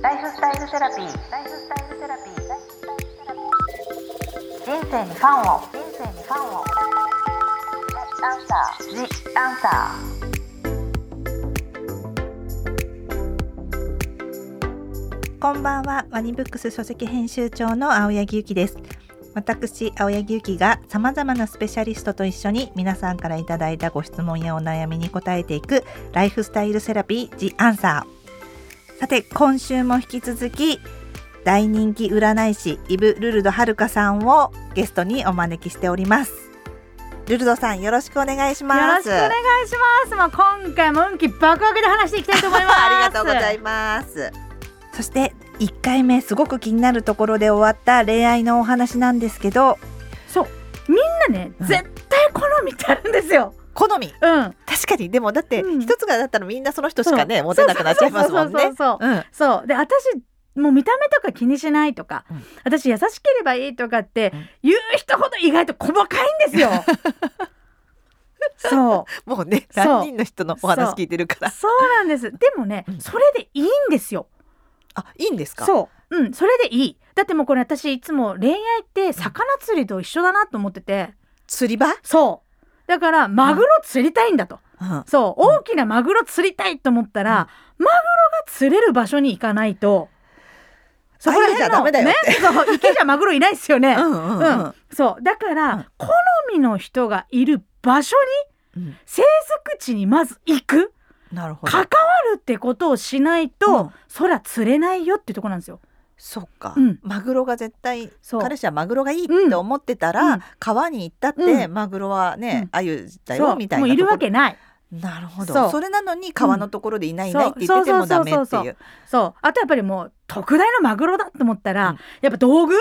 ライフスタイルセラピー。ライフスタイルセラピー。ライフスタイルセラピー人生にファンを。人生にファンを。アンサー。ジアンサー。こんばんは、ワニブックス書籍編集長の青柳ゆきです。私、青柳ゆきが様々なスペシャリストと一緒に皆さんからいただいたご質問やお悩みに答えていくライフスタイルセラピー The Answer。さて、今週も引き続き大人気占い師イブ・ルルドはるかさんをゲストにお招きしております。ルルドさん、よろしくお願いします。。よろしくお願いします。まあ今回も運気爆上げで話していきたいと思いま すありがとうございます。そして1回目すごく気になるところで終わった恋愛のお話なんですけどす。そう、みんなね、うん絶対好みってあるんですよ。好みうん、確かにでもだってうん一つがだったらみんなその人しかね、モテなくなっちゃいますもんそうそねう。そうそう。うんそうで、私もう見た目とか気にしないとか、うん私優しければいいとかってうん言う人ほど意外と細かいんですよ。 そう。もうねそう3人の人のお話聞いてるからそうなんです。でもねう、んそれでいいんですよ。あいいんですかそう。うん、それでいい。だってもうこれ私いつも恋愛って魚釣りと一緒だなと思ってて。釣り場、うん、そう。だから、マグロ釣りたいんだと。そう。うん大きなマグロ釣りたいと思ったら、マグロが釣れる場所に行かないと、そこらあ辺の家じゃダメだよね、そう、池じゃマグロいないですよね。うんうんううんん。そう。だから、うん好みの人がいる場所うに、ん生息地にまず行く、なるほど関わるってことをしないと、うん空釣れないよってとこなんですよ。そっか、うんマグロが絶対そう彼氏はマグロがいいって思ってたら、うん川に行ったって、うんマグロはね、うんあゆだそよう。みたいもなういるとこわろけない。なるほどそそうれなのに川のところでいないいないって言っててうんもダメってそうそうそういそうそう。あとやっぱりもう、特大のマグロだと思ったら、うんやっぱ道具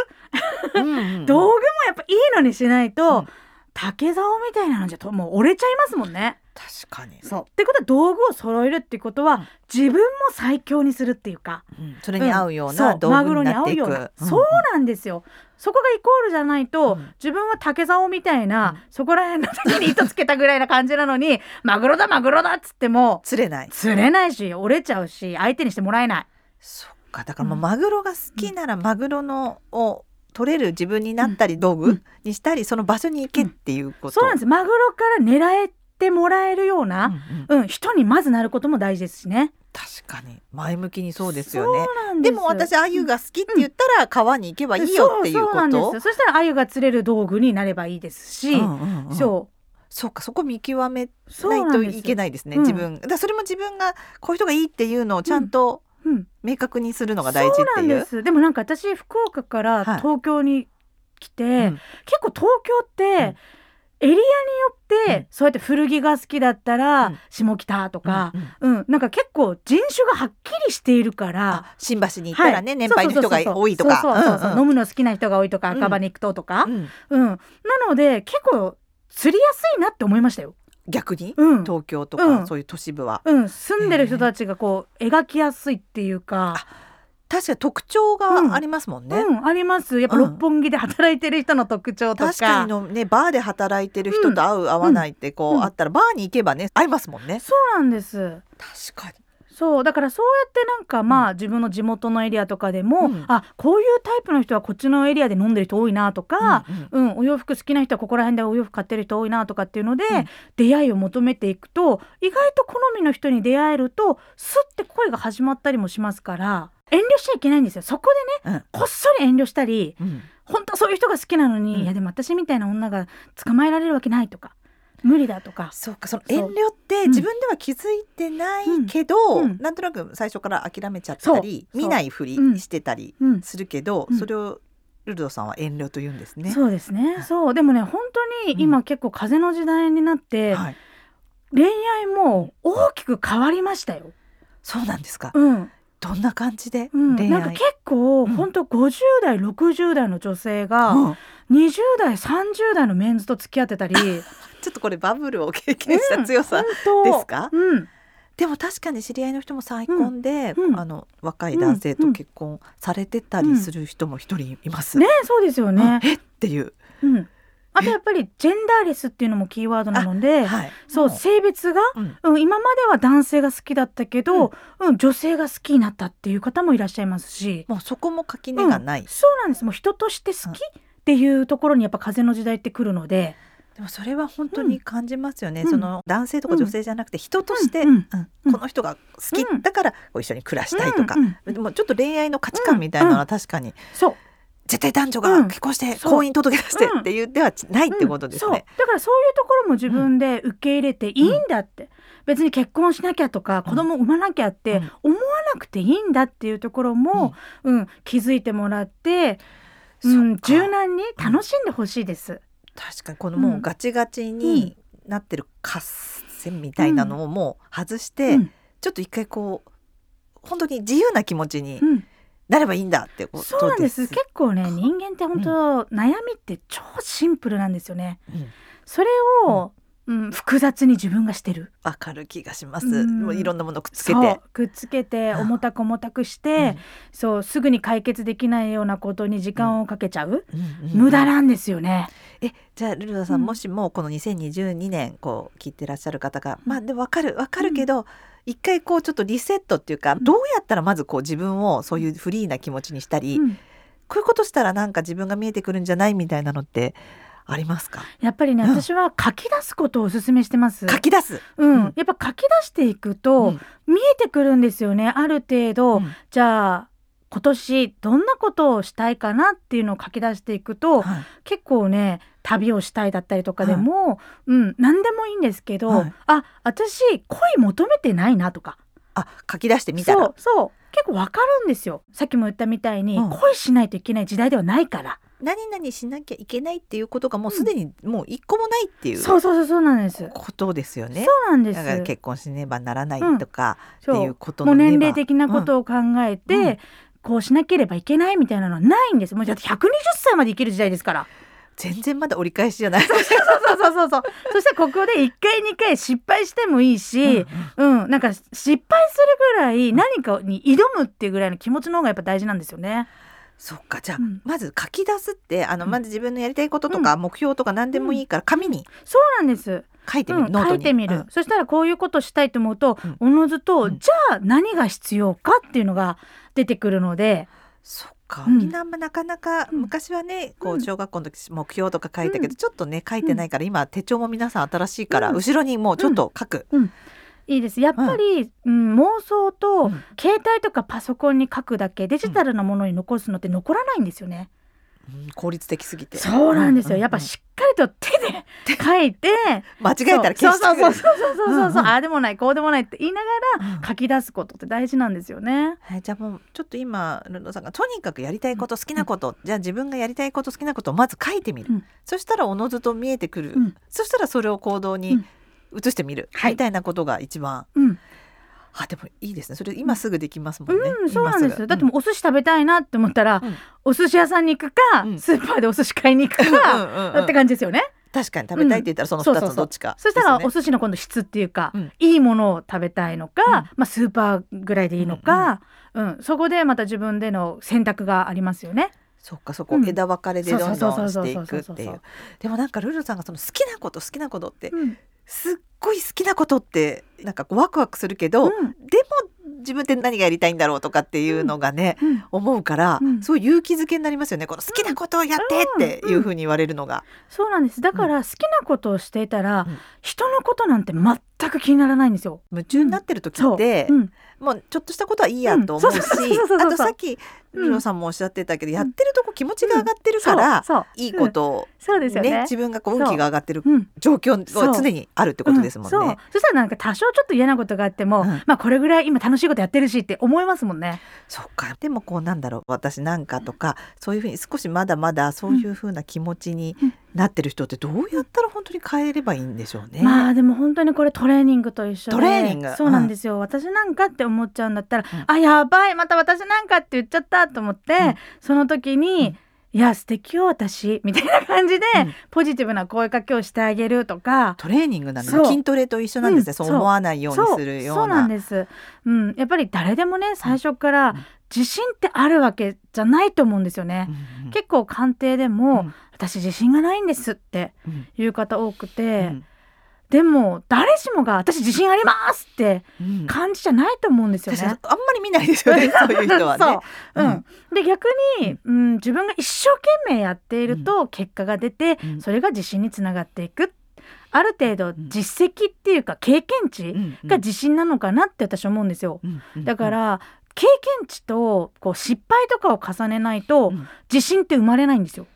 うんうんうん道具もやっぱいいのにしないと、うん竹竿みたいなのじゃともう折れちゃいますもんね。確かにそうってことは道具を揃えるってことうんは自分も最強にするっていうか、うんそれに合うようそな道具になっていく、マグロに合うようなそうなんですよそこがイコールじゃないと、うん自分は竹竿みたいな、うんそこら辺の時に糸つけたぐらいな感じなのに マグロだマグロだっつっても釣れない釣れないし折れちゃうし相手にしてもらえない。そっかだからもううんマグロが好きならマグロのを取れる自分になったり道う具んにしたりその場所に行けっていうこと、そうなんですマグロから狙えてもらえるような、うんうんうん、人にまずなることも大事ですしね。確かに前向きにそうですよねそうなんですも私あゆが好きって言ったら川に行けばいいよっていうこそうそうなんとですよそしたら鮎が釣れる道具になればいいですし、うんうんうんそそうかそこ見極めうそなういなとんですいけないですねうん自分だからそれも自分がこういう人がいいっていうのをちゃんとうん、明確にするのが大事ってそういなんうで。すでもなんか私福岡からはい東京に来て、うん結構東京って、エリアによって、うんそうやって古着が好きだったら、うん下北とか、うんうんうんなんか結構人種がはっきりしているから。あ新橋に行ったらね、はい年配の人が多いとか。そうそうそうそうそうそうう飲んむの好きな人が多いとかうん赤羽行くととか、うんうんうんなので結構釣りやすいなって思いましたよ。逆にうん、東京とかうんそういう都市部は、うん、住んでる人たちがこう描きやすいっていうか、確かに特徴がありますもんね。うん、ありますやっぱうん六本木で働いてる人の特徴とか確かにのねバーで働いてる人と合う、合わないってこう、うんあったらバーに行けばね合いますもんね。そうなんです確かに。そうだからそうやってなんかまあ、自分の地元のエリアとかでうも、んあこういうタイプの人はこっちのエリアで飲んでる人多いなとか、うんうんうんお洋服好きな人はここら辺でお洋服買ってる人多いなとかっていうので、うん出会いを求めていくと意外と好みの人に出会えるとスッて恋が始まったりもしますから遠慮しちゃいけないんですよそこでね、うんこっそり遠慮したり、うん本当はそういう人が好きなのに、うんいやでも私みたいな女が捕まえられるわけないとか無理だとかそうかそのそう遠慮って自分では気づいてないけど、うんうんなんとなく最初から諦めちゃったりそう見ないふりうんしてたりうん、するけど、うんそれをルルドさんは遠慮と言うんですね。そうですはいねそうでもね本当に今結構風の時代になって、はい、恋愛も大きく変わりましたよ。そうなんですか。うんどんな感じでうん、恋愛、なんか結う構、ん本当50代60代の女性がうん20代30代のメンズと付き合っ てたりちょっとこれバブルを経験した強さ、本当ですかうん、でも確かに知り合いの人も再婚で、うんうんあの若い男性と結婚されてたりする人も一人います、ねそうですよねあ。えっていううん、ああとやっぱりジェンダーレスっていうのもキーワードなので、はい。そうも性別が、うんうん、今までは男性が好きだったけど、うん女性が好きになったっていう方もいらっしゃいますし、もうそこも垣根がない。そうなんですもう人として好きっていうところにやっぱ風の時代って来るので、でもそれは本当に感じますよね。うんその男性とか女性じゃなくて人として、ううんんうんこの人が好きうんだからこう一緒に暮らしたいとかうんう、んでもちょっと恋愛の価値観みたいなのは確かにそう絶対男女うがん結婚してそう婚姻届け出してうんっていうではないってことですうんそうね。だからそういうところも自分で受け入れていいんだって、別に結婚しなきゃとかうん子供産まなきゃって思わなくていいんだっていうところも、うん気づいてもらって、うん、そっか柔軟に楽しんでほしいです。確かにこのうんもうガチガチになってる合戦みたいなのをもう外して、うんちょっと一回こう本当に自由な気持ちにうんなればいいんだってことです。そうなんです結構ねか人間って本当、悩みって超シンプルなんですよね。うんそれを、うん複雑に自分がしてる。わかる気がします。うんもういろんなものくっつけて。そうくっつけてああ重たく重たくして、そうすぐに解決できないようなことに時間をかけちゃう、うんうんうん無駄なんですよね。えじゃあルルダさん、うんもしもこの2022年こう聞いてらっしゃる方が、うんまあでもわかるわかるけど、一回こうちょっとリセットっていうか、んどうやったらまずこう自分をそういうフリーな気持ちにしたり、うんこういうことしたらなんか自分が見えてくるんじゃないみたいなのってありますかやっぱりね、うん私は書き出すことをお勧めしてます。書き出す、うん、うんやっぱ書き出していくと、うん見えてくるんですよね。ある程度、うんじゃあ今年どんなことをしたいかなっていうのを書き出していくと、はい結構ね旅をしたいだったりとかでも、うん何でもいいんですけど、はいあ私恋求めてないなとかあ書き出してみたらそうそう結構わかるんですよさっきも言ったみたいに、うん恋しないといけない時代ではないから何々しなきゃいけないっていうことがもうすでにもう一個もないっていうそうそうそうそうなんです、ことですよね。そうなんでだからす結婚しねばならないとかってそういうことものうねば年齢的なことを考えて、うんうんこうしなければいけないみたいなのはないんですもうだって120歳まで生きる時代ですから全然まだ折り返しじゃない。そうそうそうそう。そしてここで1回2回失敗してもいいし、うん、なんか失敗するぐらい何かに挑むっていうぐらいの気持ちの方がやっぱ大事なんですよね。そっかじゃあ、うんまず書き出すってあの、うんまず自分のやりたいこととか、目標とか何でもいいから紙にそうなんです。書いてみうる、ん、ノート書にいてみる。うんそしたらこういうことしたいと思うと、うんおのずと、うんじゃあ何が必要かっていうのが出てくるので、そっか、うんみんなあんまなかなかうん昔はね、こううん小学校の時目標とか書いたけど、うんちょっとね書いてないから、今手帳も皆さん新しいから、うん後ろにもうちょっと書く、いいです。やっぱり、うん妄想と、うん携帯とかパソコンに書くだけデジタルなものに残すのって残らないんですよね。うん効率的すぎてそうなんですよ。やっうぱんしっかりと手 で書いて、間違えたら消してそうそうそうそうそうそうそううんうんああでもないこうでもないって言いながうんら書き出すことって大事なんですよね。はい、じゃあもうちょっと今ルンドさんがとにかくやりたいこと好きなこと、じゃあ自分がやりたいこと好きなことをまず書いてみる、うんそしたらおのずと見えてくる、うんそしたらそれを行動に移してみる、はいみたいなことが一番うん、あでもいいですねそれ今すぐできますもんね、うん、そうなんで今す。ぐだってもうお寿司食べたいなって思ったら、うんお寿司屋さんに行くか、うんスーパーでお寿司買いに行くうんか、うんうんうんって感じですよね。確かに食べたいって言ったらそのそう2そうつそのうどっちか、そしたらおです寿司の今度質っていうか、うんいいものを食べたいのか、うんまあスーパーぐらいでいいのか、うん、そこでまた自分での選択がありますよね。ねそっかそこうん枝分かれでどんそうどそんうしそうていそうくそうっそうていうでもなんかルルさんがその好きなこと好きなことってうん、すっごい好きなことってなんかこうワクワクするけど、うんでも自分って何がやりたいんだろうとかっていうのがね、うん思うから、うんそういう勇気づけになりますよねこの好きなことをやってっていうふうに言われるのが、そうなんですだから好きなことをしていたら、うん人のことなんて全く気にならないんですよ。夢中になってる時そう、って、うん、もうちょっとしたことはいいやと思うし、うんそうそうそうそうそうあとさっきうんルノさんもおっしゃってたけど、やってるとこ気持ちが上がってるそかうら、そういいことを、そうですよね自分がこう運気が上がってるうん、状況が常にあるってことですもんね。うんそうそしたらなんか多少ちょっと嫌なことがあっても、うんまあこれぐらい今楽しいことやってるしって思いますもんね。そっかでもこうなんだろう私なんかとかそういうふうに少しまだまだそういうふうな気持ちになってる人ってどうやったら本当に変えればいいんでしょうね。まあでも本当にこれトレーニングと一緒でトレーニングそうなんですよ、私なんかって思っちゃうんだったら、うんあやばいまた私なんかって言っちゃったと思って、うんその時に、いや素敵よ私みたいな感じで、うんポジティブな声かけをしてあげるとか、トレーニングなのそうね筋トレと一緒なんですね、うんそうそう思わないようにするようそうそうななんです、うん、やっぱり誰でもね最初かうらん自信ってあるわけじゃないと思うんですよね、うんうん結構鑑定でも、うん私自信がないんですってうんいう方多くて、うんでも誰しもが私自信ありますってうん感じじゃないと思うんですよ確かねに。あんまり見ないですよねそういう人はね。そう、うんで逆に、うん、自分が一生懸命やっていると結果が出て、うんそれが自信につながっていくある程度実績っていうか経験値うんうんが自信なのかなって私は思うんですよ。うんうんだから経験値とこう失敗とかを重ねないとうん自信って生まれないんですよ。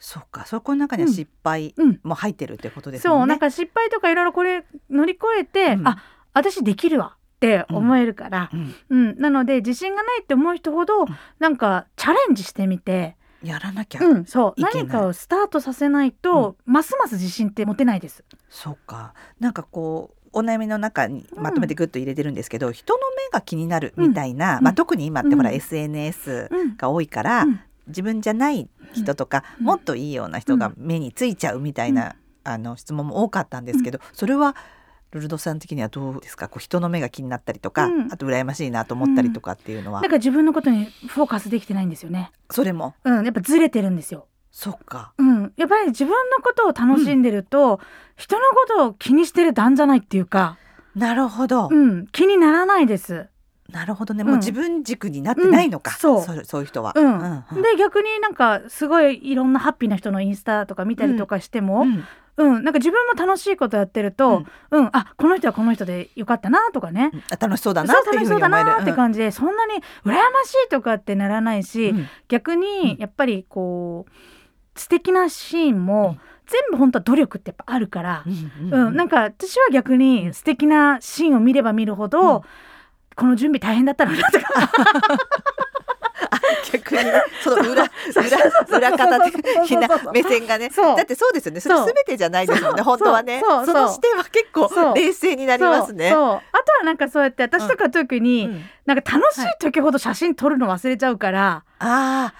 そうかそこの中には失敗うん、も入ってるってことですそもうんね。なんか失敗とかいろいろこれ乗り越えて、うんあ私できるわって思えるから、うんうんなので自信がないって思う人ほどんなんかチャレンジしてみて、やらなきゃ、うん、そういけない何かをスタートさせないと、ますます自信って持てないです。そうかなんかこうお悩みの中にうんまとめてグッと入れてるんですけど、人の目が気になるみたいな、うんまあ、特に今ってほら、うん SNS うんが多いから、うん自分じゃない人とか、うんもっといいような人が目についちゃうみたいな、あの質問も多かったんですけど、それはルルドさん的にはどうですかこう人の目が気になったりとか、うんあと羨ましいなと思ったりとかっていうのは、なんか自分のことにフォーカスできてないんですよね。それもうん、やっぱずれてるんですよ。そっかうん、やっぱり自分のことを楽しんでると、人のことを気にしてる段じゃないっていうか、なるほど、うん、気にならないです。なるほどねうんもう自分軸になってないのか、うんそうそそういう人は。うんうんで逆になんかすごいいろんなハッピーな人のインスタとか見たりとかしても、ううんんなんか自分も楽しいことやってると、うんあこの人はこの人でよかったなとかね、うんあ楽しそうだなそうってい楽うふうしそうにだ思える。なって感じで、そんなに羨ましいとかってならないし、うん逆うんにやっぱりこう素敵なシーンも、全部本当は努力ってやっぱあるから、うんうん、なんか私は逆に素敵なシーンを見れば見るほど、うんこの準備大変だったのになとか逆にその裏裏裏方的な目線がねそうだってそうですよねそれそう全てじゃないですもんねそう本当はねそうそそうの視点は結そ構う冷静になりますねそうそうあとはなんかそうやって私とか特に、うんなんか楽しい時ほど写真撮るの忘れちゃうから、ああ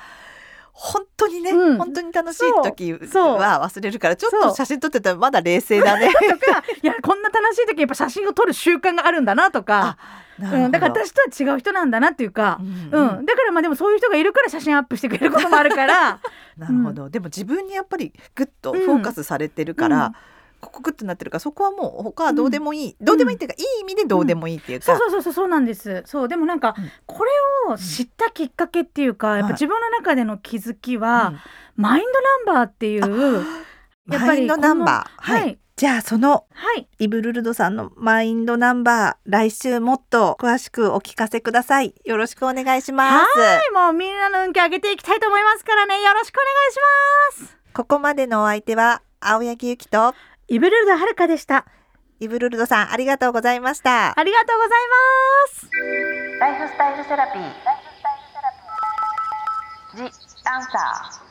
本当にねうん本当に楽しい時そうは忘れるからちょっそとう写真撮ってたらまだ冷静だねと かいやこんな楽しい時やっぱ写真を撮る習慣があるんだなとか、なるほど うん、だから私とは違う人なんだなっていうかう、んうんだからまあでもそういう人がいるから写真アップしてくれることもあ るから、なるほどでも自分にやっぱりグッとフォーカスされてるかうんらここグッとなってるからそこはもう他はどうでもいいどうでもいいっていうかいい意味でどうでもいいっていうそうかそうそうそうそうなんですそうでもなんかうんこれを知ったきっかけっていうか、やっはいぱ自分の中での気づきは、うんマインドナンバーっていうやっマぱインりドこのナンバーははいいじゃあそのはいイブルルドさんのマインドナンバー来週もっと詳しくお聞かせくださいよろしくお願いしますもうみんなの運気上げていきたいと思いますからねよろしくお願いしますここまでのお相手は青柳ゆきとイブルルドはるかでしたイブルルドさんありがとうございましたありがとうございますライフスタイルセラピー。ライフスタイルセラピー。The answer.